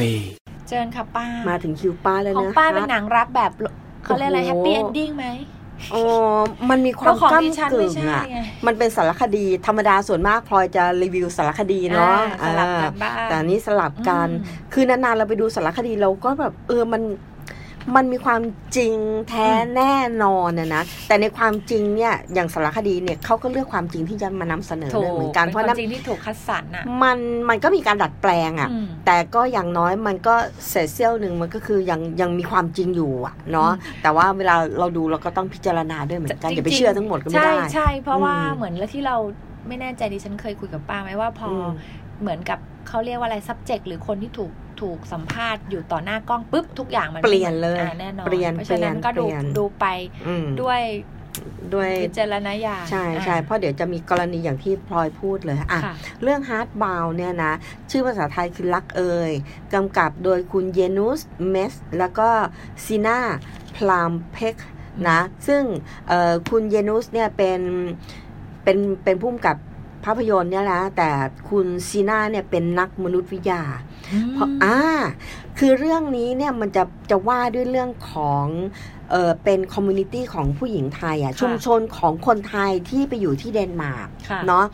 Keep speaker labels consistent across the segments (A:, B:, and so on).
A: กินค่ะป้า
B: มาถึงคิวป้าแล้วนะ
A: ของป้าเป็น
B: คะ
A: หนังรักแบบเขาเรียกอะไรแฮ
B: โอ้โห
A: ปปี้เอนดิ้งไหม
B: อ๋อมันมีความ
A: เพระของ
B: ก้าม
A: ดิฉัน
B: กึ่
A: ไม่
B: ง
A: ใช่
B: อ่ะ
A: ไง
B: มันเป็นสารคดีธรรมดาส่วนมากพลอยจะรีวิวสารคดีเนาะ
A: อ่สลับกัน
B: อ่
A: บ้าง
B: าแต่อันนี้สลับกัน
A: อืม
B: คือนานๆเราไปดูสารคดีเราก็แบบเออมันมันมีความจริงแท้
A: อืม
B: แน่นอนนะนะแต่ในความจริงเนี่ยอย่างสารคดีเนี่ยเขาก็เลือกความจริงที่จะมานำเสนอ
A: ถูก
B: ด้วยเหมือนกันเพราะ
A: เป็
B: นั้น
A: นจริงที่ถูกคัดสรรอ่ะ
B: มันมันก็มีการดัดแปลงอ่ะ
A: อืม
B: แต่ก็อย่างน้อยมันก็เศษเสี้ยวหนึ่งมันก็คือยังยังมีความจริงอยู่อะเนาะแต่ว่าเวลาเราดูเราก็ต้องพิจารณาด้วยเหมือนกันอย่าไป
A: จริงๆ
B: เชื่อทั้งหมดก็ไม่
A: ใช่
B: ได้
A: ใช่เพราะว่า
B: อืม
A: เหมือนแล้วที่เราไม่แน่ใจดิฉันเคยคุยกับป้าไหมว่าพอ
B: อื
A: อ
B: ม
A: เหมือนกับเขาเรียกว่าอะไร subject หรือคนที่ถูกถูกสัมภาษณ์อยู่ต่อหน้ากล้องปุ๊บทุกอย่างมัน
B: เปลี่ยนเลย
A: อ่าแน่นอน
B: เปลี่ยน
A: เพราะฉะนั้นก็ดู
B: เปลี่ยน
A: ดูไป
B: อืม
A: ด้วย
B: ด้วย
A: พิจารณญาณ
B: ใช่ใช่เพราะเดี๋ยวจะมีกรณีอย่างที่พลอยพูดเลย
A: อ่ะ
B: อ่ะ
A: ค่ะ
B: เรื่องฮาร์ดบาวเนี่ยนะ ชื่อภาษาไทยคือรักเอ่ยกำกับโดยคุณเยนุสเมส แล้วก็ซีนาพลามเพกนะ ซึ่งเอ่อคุณเยนุสเนี่ยเป็นเป็นเป็นผู้กำกับภาพยนตร์เนี่ยแหละแต่คุณซีนาเนี่ยเป็นนักมนุษยวิทยา เพราะอ่าคือเรื่องนี้เนี่ยมันจะจะว่าด้วยเรื่องของเออเป็นคอมมูนิตี้ของผู้หญิงไทยอ่ะ
A: ค่ะ
B: ชุมชนของคนไทยที่ไปอยู่ที่เดนมาร์ก
A: ค่ะ
B: เนาะ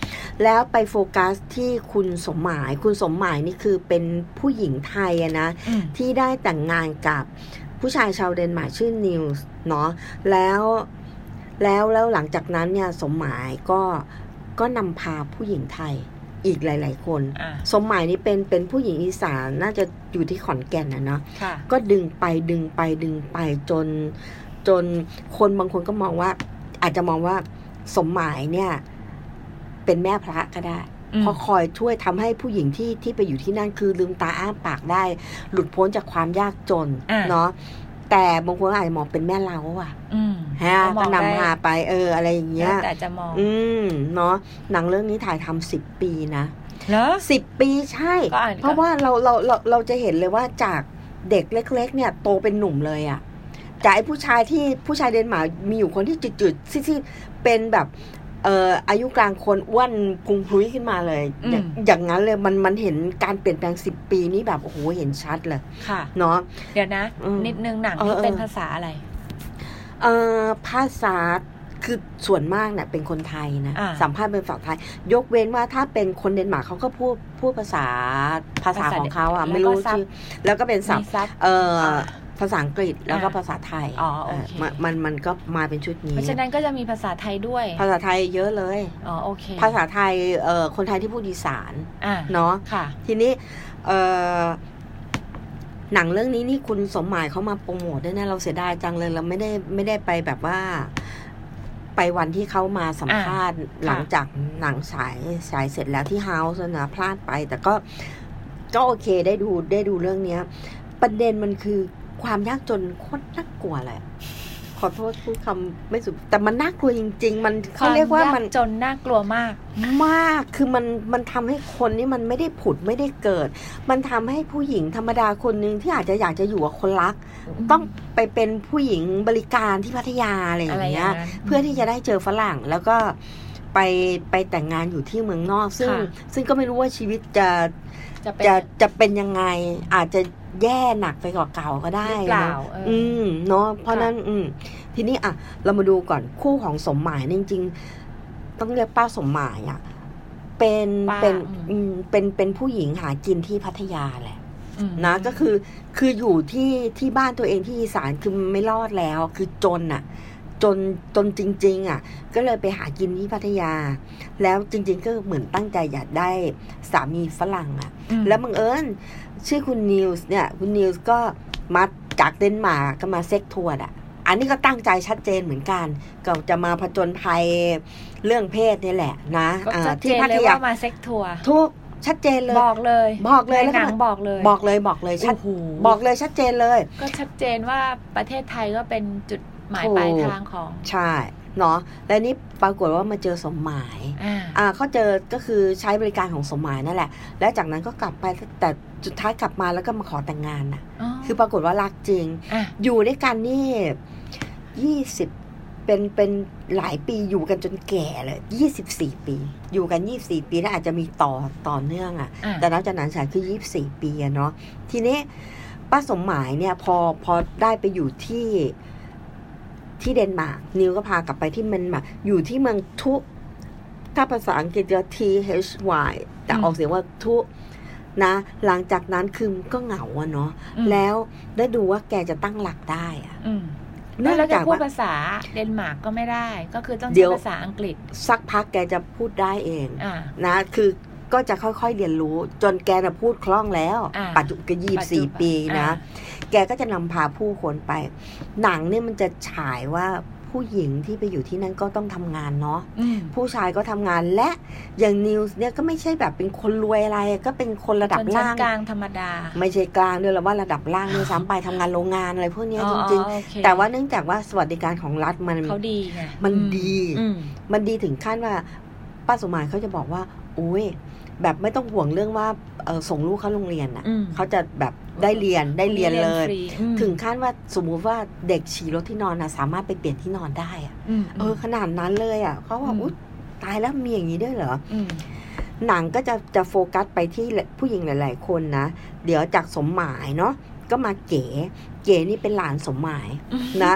B: แล้วไปโฟกัสที่คุณสมหมาย คุณสมหมายนี่คือเป็นผู้หญิงไทยอะนะ
A: อืม
B: ที่ได้แต่งงานกับผู้ชายชาวเดนมาร์กชื่อนิวส์เนาะแล้วแล้วแล้วหลังจากนั้นเนี่ยสมหมายก็ก็นำพาผู้หญิงไทยอีกหลาย ๆ คน
A: อ่ะ
B: สมหมายนี่เป็นเป็นผู้หญิงอีสานน่าจะอยู่ที่ขอนแก่นนะเนาะ
A: ค่ะ
B: ก็ดึงไปดึงไปดึงไปจน จนคนบางคนก็มองว่า อาจจะมองว่าสมหมายเนี่ย เป็นแม่พระก็ได้ เพราะคอยช่วยทำให้ผู้หญิงที่ที่ไปอยู่ที่นั่นคือลืมตาอ้าปากได้ หลุดพ้นจากความยากจน
A: อ่า
B: เนาะแต่บางคนก็อาจจะมองเป็นแม่เราอะ
A: อืม
B: ฮะ
A: ม
B: ก็
A: อง
B: นำพา
A: ได้
B: ไปเอออะไรอย่างเงี้ย
A: แต่จะมอง
B: อืมเนาะหนังเรื่องนี้ถ่ายทำสิบปีนะ
A: เหรอ
B: สิบปีใช่
A: ก็อ่านก่อน
B: เพราะว่าเราเราเราเราจะเห็นเลยว่าจากเด็กเล็ก ๆ เนี่ยโตเป็นหนุ่มเลยอะจากไอ้ผู้ชายที่ผู้ชายเดนมาร์กมีอยู่คนที่จืดๆซี่ๆเป็นแบบเอ่ออายุกลางคนอ้วนพุงพลุยขึ้นมาเลยย่าง
A: อืม
B: อย่างนั้นเลยมันมันเห็นการเปลี่ยนแปลงสิบปีนี่แบบโอ้โหเห็นชัดเลย
A: ค่ะ
B: เนาะ
A: เดี๋ยวนะ
B: อืม
A: นิดนึงหนัง
B: เออ
A: นี่เป็น
B: เออ
A: ภาษาอะไร
B: เอ่อภาษาคือส่วนมากเนี่ยเป็นคนไทยนะ
A: อ่า
B: สัมภาษณ์เป็นฝั่งไทย ยกเว้นว่าถ้าเป็นคนเดนมาร์กเขาก็พูดพูดภาษาภาษา
A: ภาษา
B: ของเขาอ่ะ
A: แล้วก็
B: ไม่รู้
A: ซับ
B: ชื่อแล้วก็เป็นศัพ
A: มี
B: ท์
A: ซับ
B: เอ่ออา ภาษาอังกฤษแล้วก็
A: อ่า
B: ภาษาไทย
A: อ๋อโอเค
B: เอ่อมันมันมันก็มาเป็นชุดนี้
A: เพราะฉะนั้นก็จะมีภาษาไทยด้วย
B: ภาษาไทยเยอะเลย
A: อ๋อโอเค
B: ภาษาไทยเอ่อคนไทยที่พูดอีสาน
A: อ่า
B: เนาะ
A: ค่ะ
B: ทีนี้เอ่อหนังเรื่องนี้นี่คุณสมหมายเขามาโปรโมทด้วยนะเราเสียดายจังเลยเราไม่ได้ไม่ได้ไปแบบว่า ไปวันที่เขามาสัมภาษณ์หลังจากหนังฉายฉายเสร็จแล้วที่เฮาส์นะพลาดไป แต่ก็ก็โอเคได้ดูได้ดูเรื่องเนี้ย ประเด็นมันคือความยากจนโคตรน่ากลัวเลยอะขอโทษพูดคำไม่สุภาพแต่มันน่ากลัวจริง ๆ มันเขาเรียกว่ามัน
A: คจนน่ากลัวมาก
B: มากคือมันมันทำให้คนนี่มันไม่ได้ผุดไม่ได้เกิด มันทำให้ผู้หญิงธรรมดาคนหนึ่งที่อาจจะอยากจะอยู่กับคนรัก ต้องไปเป็นผู้หญิงบริการที่พัทยาอะไรอย่า
A: อะไร
B: ง
A: อย่า
B: เงี้ย
A: งนั้น
B: เพื่อที่จะได้เจอฝรั่งแล้วก็ไปไปแต่งงานอยู่ที่เมืองนอก ซึ่ง
A: ค่ะ
B: ซึ่งก็ไม่รู้ว่าชีวิตจะ
A: จะเป็น
B: จะจะเป็นยังไง อาจจะแย่หนักไปกว่าเก่าก็ได้
A: หรือเปล่า
B: นะ
A: เอออ
B: อืมเนาะเพราะ
A: ค่ะ
B: นั้นอืมทีนี้อ่ะ เรามาดูก่อนคู่ของสมหมายเนี่ยจริงๆ ต้องเรียกป้าสมหมายอ่ะเป็น
A: ป้า
B: เป็น
A: อืม
B: อืมเป็นเป็นผู้หญิงหากินที่พัทยาแหละ
A: อืม
B: นะก็คือคืออยู่ที่ที่บ้านตัวเองที่อีสานคือไม่รอดแล้ว คือจนอ่ะ จนจนจริง ๆ อ่ะ ก็เลยไปหากินที่พัทยา แล้วจริง ๆ ก็เหมือนตั้งใจอยากได้สามีฝรั่งอ่ะ
A: ม
B: แล้วบังเอิญชื่อคุณนิวส์เนี่ย คุณนิวส์ก็มาจากเดนมาร์กก็มาเซ็กทัวร์อ่ะ อันนี้ก็ตั้งใจชัดเจนเหมือนกัน ก็จะมาผจญภัยเรื่องเพศนี่แหละ นะ
A: ก็
B: อ่า
A: ชัดเจ
B: ที่
A: น
B: พั
A: เล
B: ท
A: ย
B: ยา
A: ว่ามาเซ็กทัวร์
B: ทุกชัดเจนเลย
A: บอกเลย
B: บอกเลย
A: ใน
B: แล้ว
A: ห
B: ก็
A: นังบอกเลย
B: บอกเลยบอกเลยชัด
A: โโห
B: บอกเลยชัดเจนเลย
A: ก็ชัดเจนว่าประเทศไทยก็เป็นจุดหมาย
B: ถูก
A: ปลายทางของ
B: ใช่เนาะและนี่ปรากฏว่ามาเจอสมหมาย
A: อ่า
B: อ่าเขาเจอก็คือใช้บริการของสมหมายนั่นแหละ และจากนั้นก็กลับไปแต่สุดท้ายกลับมาแล้วก็มาขอแต่งงานน่ะ คือปรากฏว่ารักจริง
A: อ่ะ
B: อยู่ด้วยกันนี่ยี่สิบเป็นเป็นหลายปีอยู่กันจนแก่เลยยี่สิบสี่ปี อยู่กันยี่สี่ปีแล้วอาจจะมีต่อต่อเนื่องอะ่ะ
A: อ่ะ
B: แต่นับจากนั้นฉันคือยี่สี่ปีอะเนาะทีนี้ ป้าสมหมายเนี่ยพอพอได้ไปอยู่ที่ที่เดนมาร์กนิวก็พากลับไปที่เดนมาร์กอยู่ที่เมืองทุ ถ้าภาษาอังกฤษจะ T H Y แต่
A: อืม
B: ออกเสียงว่าทุนะ หลังจากนั้นคือก็เหงาอะเนาะ
A: อืม
B: แล้วได้ดูว่าแกจะตั้งหลักได้อะ
A: อืม
B: เนื่อง
A: แล้วจะ
B: จาก
A: พูด
B: ว่า
A: ภาษาเดนมาร์กก็ไม่ได้ ก็คือต้อง
B: เดี๋
A: ใช้
B: ยว
A: ภาษาอังกฤษ
B: สักพักแกจะพูดได้เอง
A: อ่า
B: นะคือก็จะค่อยๆเรียนรู้จนแกนะพูดคล่องแล้ว
A: อ่า
B: ปัจจุบันยี่
A: ปัจจุ
B: สี่
A: บั
B: ปีนะ
A: อ่า
B: แกก็จะนำพาผู้คนไป หนังเนี่ยมันจะฉายว่าผู้หญิงที่ไปอยู่ที่นั่นก็ต้องทำงานเนาะ
A: อืม
B: ผู้ชายก็ทำงานและอย่างนิวส์เนี่ยก็ไม่ใช่แบบเป็นคนรวยอะไรก็เป็นคนระดับ
A: ชนชั้น
B: ล่าง
A: กลางธรรมดา
B: ไม่ใช่กลางด้วยหรอกว่าระดับล่างด้วยซ้ำไปทำงานโรงงานอะไรพวกเนี้ย
A: อ๋อ
B: จริง
A: อ๋อโอเค
B: ๆ แต่ว่าเนื่องจากว่าสวัสดิการของรัฐมัน
A: เขาดีไง
B: มัน
A: อื
B: ดี
A: อืม
B: มันดีถึงขั้นว่าป้าสมหมายเขาจะบอกว่าโอ้ยแบบไม่ต้องห่วงเรื่องว่าเอ่อส่งลูกเข้าโรงเรียนอ่ะ
A: อืม
B: เขาจะแบบได้เรียนได้เรียนเลย
A: ฟรีอืม
B: ถึงขั้นว่าสมมุติว่าเด็กฉี่รถที่นอนนะสามารถไปเปลี่ยนที่นอนได้อะ
A: ม
B: เออขนาดนั้นเลยอ่ะเขาว่า
A: อืม
B: อุ๊ยตายแล้วมีอย่างนี้ด้วยเหรอ
A: อืม
B: หนังก็จะจะโฟกัสไปที่ผู้หญิงหลาย ๆ คนนะ เดี๋ยวจากสมหมายเนาะก็มาเก๋ เก๋นี่เป็นหลานสมหมายนะ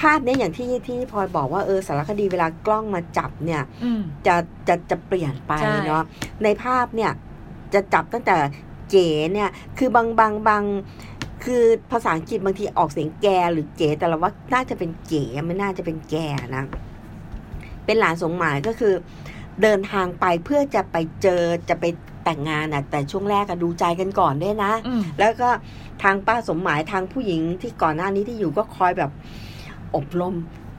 B: ภาพเนี้ยอย่างที่ที่พลอยบอกว่าเออสารคดีเวลากล้องมาจับเนี่ย
A: อืม
B: จะจะจะเปลี่ยนไป
A: ใช่
B: เนาะในภาพเนี่ยจะจับตั้งแต่เก๋เนี่ยคือบางบางบางคือภาษาอังกฤษบางทีออกเสียงแกหรือเก๋แต่เราว่าน่าจะเป็นเก๋ไม่น่าจะเป็นแกนะ เป็นหลานสมหมายก็คือ เดินทางไปเพื่อจะไปเจอจะไปแต่งงานนะแต่ช่วงแรกอะดูใจกันก่อนด้วยนะ
A: อืม
B: แล้วก็ทางป้าสมหมายทางผู้หญิงที่ก่อนหน้านี้ที่อยู่ก็คอยแบบอบรม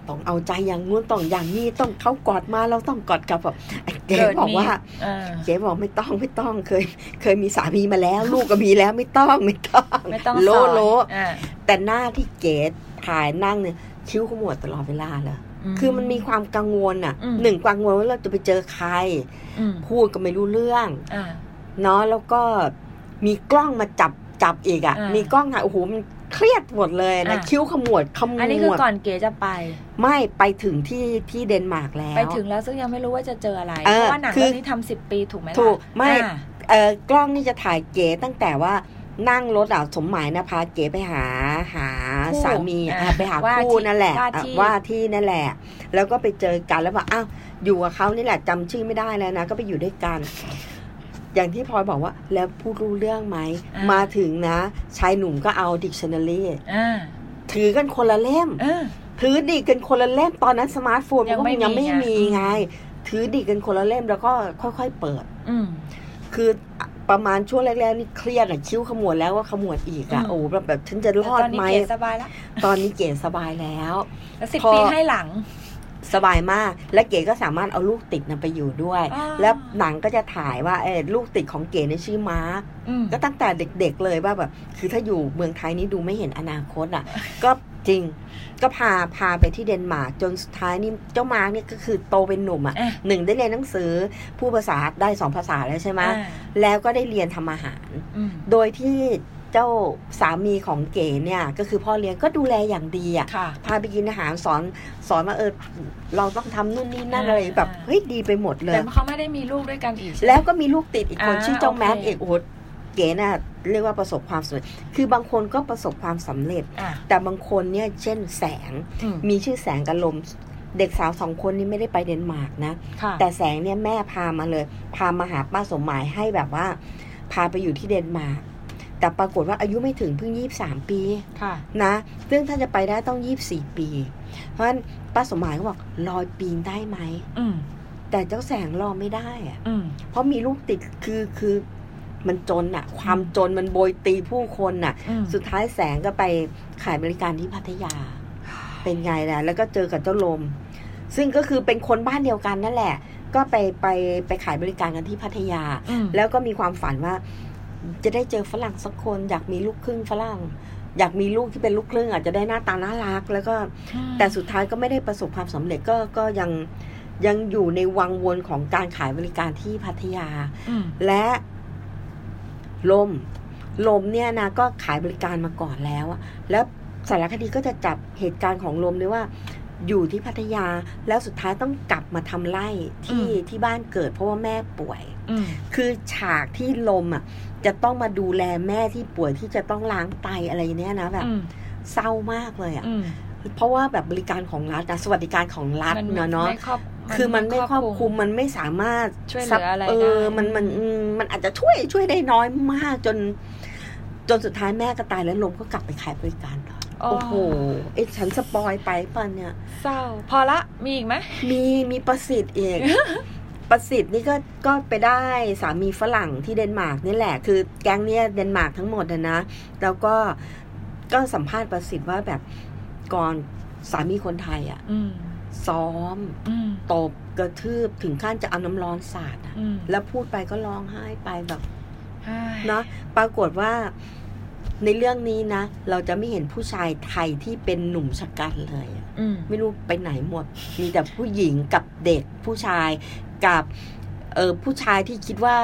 B: ต้องเอาใจอย่างงู้นต้องอย่างนี้ต้องเขากอดมาเราต้องกอดกลับแบบไอ้เก๋
A: เกิดมี
B: บอกว่า
A: เออ
B: เก๋บอกไม่ต้องไม่ต้องเคย เคยมีสามีมาแล้ว ลูกก็มีแล้วไม่ต้องไม่ต้อง
A: ไม่ต้อง
B: โล
A: สอน
B: โล
A: อ่า
B: แต่หน้าที่เก๋ถ่ายนั่งเนี่ยคิ้วขมวดตลอดเวลาเลยคือมันมีความกังวลอ่ะหนึ่งกังวลว่าเราจะไปเจอใคร
A: อืม
B: พูดก็ไม่รู้เรื่อง
A: อ่า
B: เนาะแล้วก็มีกล้องมาจับจับอีกอะ่ะ
A: อ่ามี
B: มีกล้องถ่ายโอ้โหมันเครียดหมดเลยนะ
A: อ่า
B: คิ้วขมวดขมวด
A: อันนี้คือก่อนเก๋จะไป
B: ไม่ไปถึงที่ที่เดนมาร์กแล้ว
A: ไปถึงแล้วซึ่งยังไม่รู้ว่าจะเจออะไร
B: เอ
A: เพ
B: อ
A: ราะว่าหนัง
B: คือ
A: เรื่องนี้ทำสิบปีถูกไหมล่ะ
B: ถูกไม่
A: อ่า
B: เออกล้องนี่จะถ่ายเก๋ตั้งแต่ว่านั่งรถอ่ะสมหมายนะพาเก๋ไปหาหา
A: คู่
B: สามีอ่ะ
A: อ่
B: ไปหา
A: ว่า
B: คู่
A: ที่
B: นั่นแหละ
A: ว่า
B: อ่ะ
A: ที่
B: ว่าที่นั่นแหละ แล้วก็ไปเจอกันแล้วบอกอ้าวอยู่กับเขานี่แหละจำชื่อไม่ได้แล้วนะ ก็ไปอยู่ด้วยกัน อย่างที่พลอยบอกว่า แล้วพูดรู้เรื่องไหม
A: อ่าม
B: มาถึงนะชายหนุ่มก็เอาดิกชันนารี
A: อ่า
B: ถือกันคนละเล่ม
A: เออ
B: ถือดีกันคนละเล่มตอนนั้นสมาร์ทโฟนมันก็
A: ยังไม่
B: ยัง
A: มี
B: ไม่
A: ไง
B: มีไง ถือดีกันคนละเล่มแล้วก็ค่อย ๆ เปิด
A: อืม
B: คือประมาณช่วงแรกๆนี่เครียดอะคิ้วขมวดแล้วว่าขมวดอีกอะ
A: อืม
B: โอ้แบบแบบฉันจะรอด
A: แต่ตอนนี้
B: ไหม
A: เก๋สบายแล้ว
B: ตอนนี้เก๋สบายแล้ว
A: แล้วสิบ
B: พอ
A: ปีให้หลัง
B: สบายมาก และเก๋ก็สามารถเอาลูกติดนะไปอยู่ด้วย
A: อ่า
B: แล้วหนังก็จะถ่ายว่าเออลูกติดของเก๋ในยชื่อมาร์ค
A: อืม
B: ก็ตั้งแต่เด็กๆเลยว่าแบบคือถ้าอยู่เมืองไทยนี่ดูไม่เห็นอนาคต อ่ะ ก็จริงก็พาพาไปที่เดนมาร์กจนสุดท้ายนี่เจ้ามาร์กเนี่ยก็คือโตเป็นหนุ่มอ่ะ
A: อ่ะ
B: หนึ่งได้เรียนหนังสือผู้ภาษาได้สองภาษาแล้วใช่ไหม
A: อ่า
B: แล้วก็ได้เรียนทำอาหาร
A: อืม
B: โดยที่เจ้าสามีของเก๋เนี่ยก็คือพ่อเลี้ยงก็ดูแลอย่างดีอ่ะ
A: ค่ะ
B: พาไปกินอาหารสอนสอนว่าเออเราต้องทำนู่นนี่นั่น
A: อ่า
B: อะไรแบบ
A: อ่า
B: เฮ้ยดีไปหมดเลย
A: แต่เขาไม่ได้มีลูกด้วยกันอีกใช่ไหม
B: แล้วก็มีลูกติดอีกคน
A: อ่า
B: ชื่อเจ้าแมท
A: โอเค
B: อีกโอ้โหเก๋น่ะเรียกว่าประสบความสำเร็จ คือบางคนก็ประสบความสำเร็จ
A: อ่ะ
B: แต่บางคนเนี่ยเช่นแสง
A: อืม
B: มีชื่อแสงกับลม เด็กสาวสองคนนี่ไม่ได้ไปเดนมาร์กนะ
A: ค่ะ
B: แต่แสงเนี่ยแม่พามาเลย พามาหาป้าสมหมายให้แบบว่า พาไปอยู่ที่เดนมาร์กแต่ปรากฏว่าอายุไม่ถึงเพิ่งยี่สามปี
A: ค่ะ
B: นะซึ่งถ้าจะไปได้ต้องยี่สี่ปี เพราะฉะนั้นป้าสมหมายก็บอกรอยปีนได้ไหม
A: อืม
B: แต่เจ้าแสงรอไม่ได้อะ
A: อืม
B: เพราะมีลูกติดคือคือมันจนอะความจนมันโบยตีผู้คนอะ
A: อืม
B: สุดท้ายแสงก็ไปขายบริการที่พัทยา เป็นไงล่ะแล้วก็เจอกับเจ้าลม ซึ่งก็คือเป็นคนบ้านเดียวกันนั่นแหละ ก็ไปไปไปขายบริการกันที่พัทยา
A: อืม
B: แล้วก็มีความฝันว่า จะได้เจอฝรั่งสักคนอยากมีลูกครึ่งฝรั่ง อยากมีลูกที่เป็นลูกครึ่งอาจจะได้หน้าตาน่ารัก แล้วก็ แต่สุดท้ายก็ไม่ได้ประสบความสำเร็จก็ก็ยังยังอยู่ในวังวนของการขายบริการที่พัทยา
A: อืม
B: และลม ลมเนี่ยนะก็ขายบริการมาก่อนแล้วอะแล้วสารคดีก็จะจับเหตุการณ์ของลมด้วยว่า อยู่ที่พัทยาแล้วสุดท้ายต้องกลับมาทำไร่ที่ที่บ้านเกิดเพราะว่าแม่ป่วย
A: อืม
B: คือฉากที่ลมอ่ะ จะต้องมาดูแลแม่ที่ป่วยที่จะต้องล้างไตอะไรเนี่ยนะแบบ
A: อืม
B: เศร้ามากเลยอ่ะ
A: อืม
B: เพราะว่าแบบบริการของรัฐนะสวัสดิการของรัฐ
A: มั
B: เนอะเนาะ
A: ไม่ครอบ
B: คือมันไม่ครอบคลุมมันไม่สามารถ
A: ช่วยเห
B: ซับ
A: ลืออะไร
B: เออ
A: ได้
B: มันมันอืมมันอาจจะช่วยช่วยได้น้อยมากจน จนสุดท้ายแม่ก็ตายแล้วลมก็กลับไปขายบริการต่อโอ้โหไอ้ฉันสปอยไปป่ะเนี่ย
A: เศร้า พอละมีอีกไหม
B: มีมีประสิทธิ์ อีก ประสิทธิ์นี่ก็ก็ไปได้สามีฝรั่งที่เดนมาร์กนี่แหละ คือแก๊งเนี่ยเดนมาร์กทั้งหมดนะนะ แล้วก็ก็สัมภาษณ์ประสิทธิ์ว่าแบบก่อนสามีคนไทยอะ
A: อืม
B: ซ้อม
A: อืม
B: ตบกระทืบถึงขั้นจะเอาน้ำร้อนสาดอะ
A: อืม
B: แล้วพูดไปก็ร้องไห้ไป แบบ
A: เฮ้ย
B: เนาะปรากฏว่าในเรื่องนี้นะ เราจะไม่เห็นผู้ชายไทยที่เป็นหนุ่มชะกันเลยอะ
A: อืม
B: ไม่รู้ไปไหนหมด มีแต่ผู้หญิงกับเด็กผู้ชายกับเออผู้ชายที่คิดว่า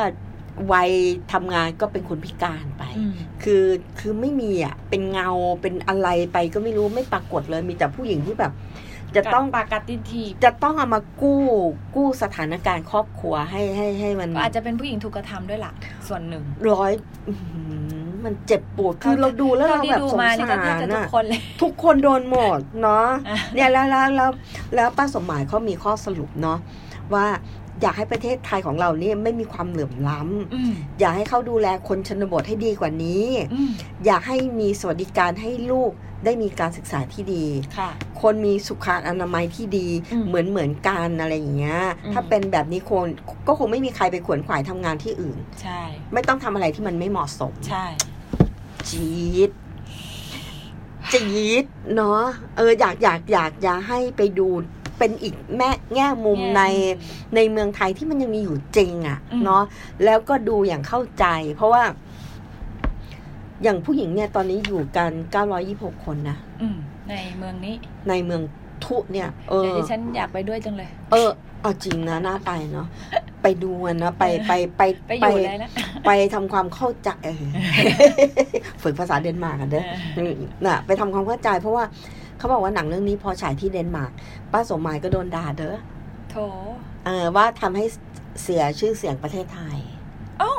B: วัยทำงานก็เป็นคนพิการไป
A: อืม
B: คือคือไม่มีอ่ะ เป็นเงาเป็นอะไรไปก็ไม่รู้ไม่ปรากฏเลย มีแต่ผู้หญิงที่แบบ จะต้อง
A: ปากกัดตินทีบ
B: จะต้องเอามากู้กู้สถานการณ์ครอบครัวให้ให้ให้มัน
A: ก็อาจจะเป็นผู้หญิงถูกกระทำด้วยล่ะ ส่วนหนึ่ง
B: ร้อยอื้อหือมันเจ็บปวดคือเราดูแล้วเรา
A: ที่
B: แบบ
A: ดู
B: สง
A: มานี่
B: สา
A: ก็แทบ
B: ร
A: จะทุก
B: อะ
A: คนเลย
B: ทุกคนโดนหมดเนาะ
A: อ่ะ
B: เนี่ยแล้วแล้วแล้วแล้วป้าสมหมายเขามีข้อสรุปเนาะว่าอยากให้ประเทศไทยของเราเนี่ยไม่มีความเหลื่อมล้ำ
A: อืม
B: อยากให้เขาดูแลคนชนบทให้ดีกว่านี้
A: อืม
B: อยากให้มีสวัสดิการให้ลูกได้มีการศึกษาที่ดี
A: ค่ะ
B: คนมีสุขอนามัยที่ดี
A: อืม
B: เหมือนเหมือนกันอะไรอย่างเงี้ย
A: อืม
B: ถ้าเป็นแบบนี้คนก็คงไม่มีใครไปขวนขวายทำงานที่อื่น
A: ใช่
B: ไม่ต้องทำอะไรที่มันไม่เหมาะสม
A: ใช่
B: จี๊ดจี๊ดเนาะเอออยากอยากอยากอยากให้ไปดูเป็นอีกแม่แง่มุมในในเมืองไทยที่มันยังมีอยู่จริงอะ่ะ
A: อืม
B: เนาะแล้วก็ดูอย่างเข้าใจ เพราะว่า อย่างผู้หญิงเนี่ยตอนนี้อยู่กัน 926 คนนะ
A: อืมในเมืองนี้
B: ในเมืองทุเนี่ย เอ
A: เดี๋ยว
B: อ
A: ดิฉันอยากไปด้วยจังเลย
B: เออเอาจริงนะน่าไปเนาะไปดูอะนะไปไปไป
A: ไปอยู่ได้แล้ว
B: ไปทำความเข้าใจ เออ ฝึกภาษาเดนมาร์กกันเด้อ
A: เออ
B: น่ะไปทำความเข้าใจเพราะว่าเขาบอกว่าหนังเรื่องนี้พอฉายที่เดนมาร์กป้าสมหมายก็โดนด่าเด้อ
A: โถ
B: เออว่าทำให้เสียชื่อเสียงประเทศไทย
A: เอ้า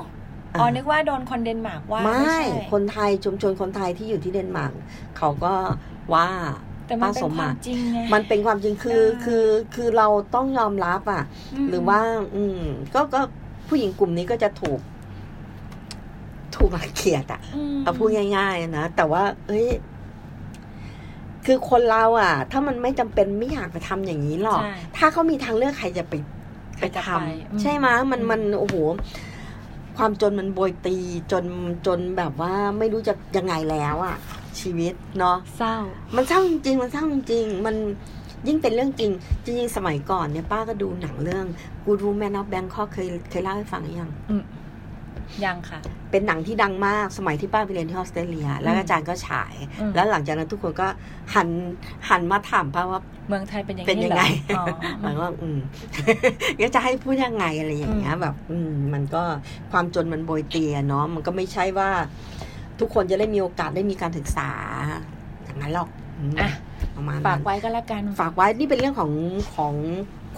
A: อ๋อ
B: ะ
A: นึกว่าโดนคนเดนมาร์กว่า
B: ไม่
A: ใช่
B: คนไทยชุมชนคนไทยที่อยู่ที่เดนมาร์กเขาก็ ว่า
A: แต่มันเป็น
B: ผสม
A: ค
B: อะ
A: วามจริงไง
B: มันเป็นความจริงคือ
A: เออ
B: คือคือเราต้องยอมรับอ่ะ
A: ม
B: หรือว่า อืม ก็ก็ผู้หญิงกลุ่มนี้ก็จะถูก ถูกรังเกียจอ่ะ
A: ม
B: เอาพูดง่ายๆนะ แต่ว่า เอ้ย คือคนเราอ่ะ ถ้ามันไม่จำเป็นไม่อยากไปทำอย่างนี้หรอก
A: ใช่
B: ถ้าเขามีทางเลือกใครจะไป
A: ใค
B: ไป
A: รจะ
B: ทำ
A: ไปอืม
B: ใช่ไหมยมัน
A: อืม
B: มันโอ้โห ความจนมันโบยตีจนจนแบบว่าไม่รู้จะยังไงแล้วอ่ะ ชีวิตเนาะ
A: เศร้า
B: มันเศร้าจริงๆมันเศร้าจริงมันยิ่งเป็นเรื่องจริง จริงๆ สมัยก่อนเนี่ยป้าก็ดูหนังเรื่อง Good Woman of Bangkok เคยเคยเล่าให้ฟังหรือยัง
A: ยังค่ะ
B: เป็นหนังที่ดังมากสมัยที่ป้าไปเรียนที่ออสเตรเลีย แล้วอาจารย์ก็ฉาย
A: อืม
B: แล้วหลังจากนั้นทุกคนก็หันหันมาถามป้าว่า
A: เมืองไทยเป็นอย่าง
B: เป็นยังไง
A: เหรออ๋อ
B: หมาย
A: อืม
B: ว่า อืม ก็จะให้พูดยังไงอะไรอย่างเงี้ย
A: อืม
B: แบบ อืม มันก็ความจนมันโบยเตียเนาะมันก็ไม่ใช่ว่า ทุกคนจะได้มีโอกาสได้มีการศึกษา อย่างนั้นหรอกอืม
A: อ่ะ
B: ประมาณ
A: ฝา
B: นั้
A: ก
B: น
A: ไว้ก็แล้วกัน
B: ฝากไว้นี่เป็นเรื่องของของ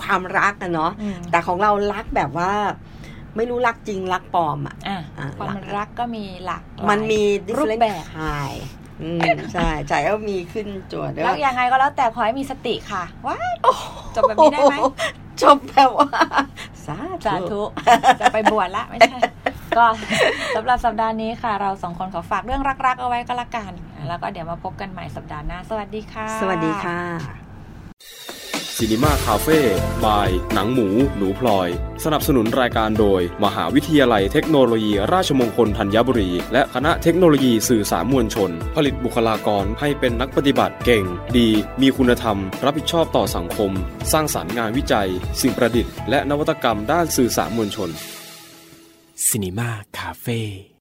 B: ความรักนะเนาะ
A: อืม
B: แต่ของเรารักแบบว่า ไม่รู้รักจริงรักปลอมอ่ะ
A: อ่ะ
B: อ่ะ
A: ความรักก็มีหลักหลาย
B: มันมี
A: รูปแบบ
B: ใช่อืมใช่ใช่ก็มีขึ้นจวดด้วย
A: รักยังไงก็แล้วแต่ขอให้มีสติค่ะว้ายจบแบบนี้ได้ไหม
B: โอ้โจบแบบว่า สา
A: สา ธุจะไปบวชละไม่ใช่ ก็สำหรับสัปดาห์นี้ค่ะ เราสองคนขอฝากเรื่องรักๆเอาไว้ก็แล้วกัน แล้วก็เดี๋ยวมาพบกันใหม่สัปดาห์หน้า สวัสดีค่ะ
B: สวัสดีค่ะ
C: ซีนีมาคาเฟ่บาย หนังหมู หนูพลอย สนับสนุนรายการโดย มหาวิทยาลัยเทคโนโลยี ราชมงคลธัญบุรี และคณะเทคโนโลยีสื่อสารมวลชน ผลิตบุคลากรให้เป็นนักปฏิบัติเก่ง ดี มีคุณธรรม รับผิดชอบต่อสังคม สร้างสารรค์งานวิจัย สิ่งประดิษฐ์และนวัตกรรมด้านสื่อสารมวลชน
D: Cinema Cafe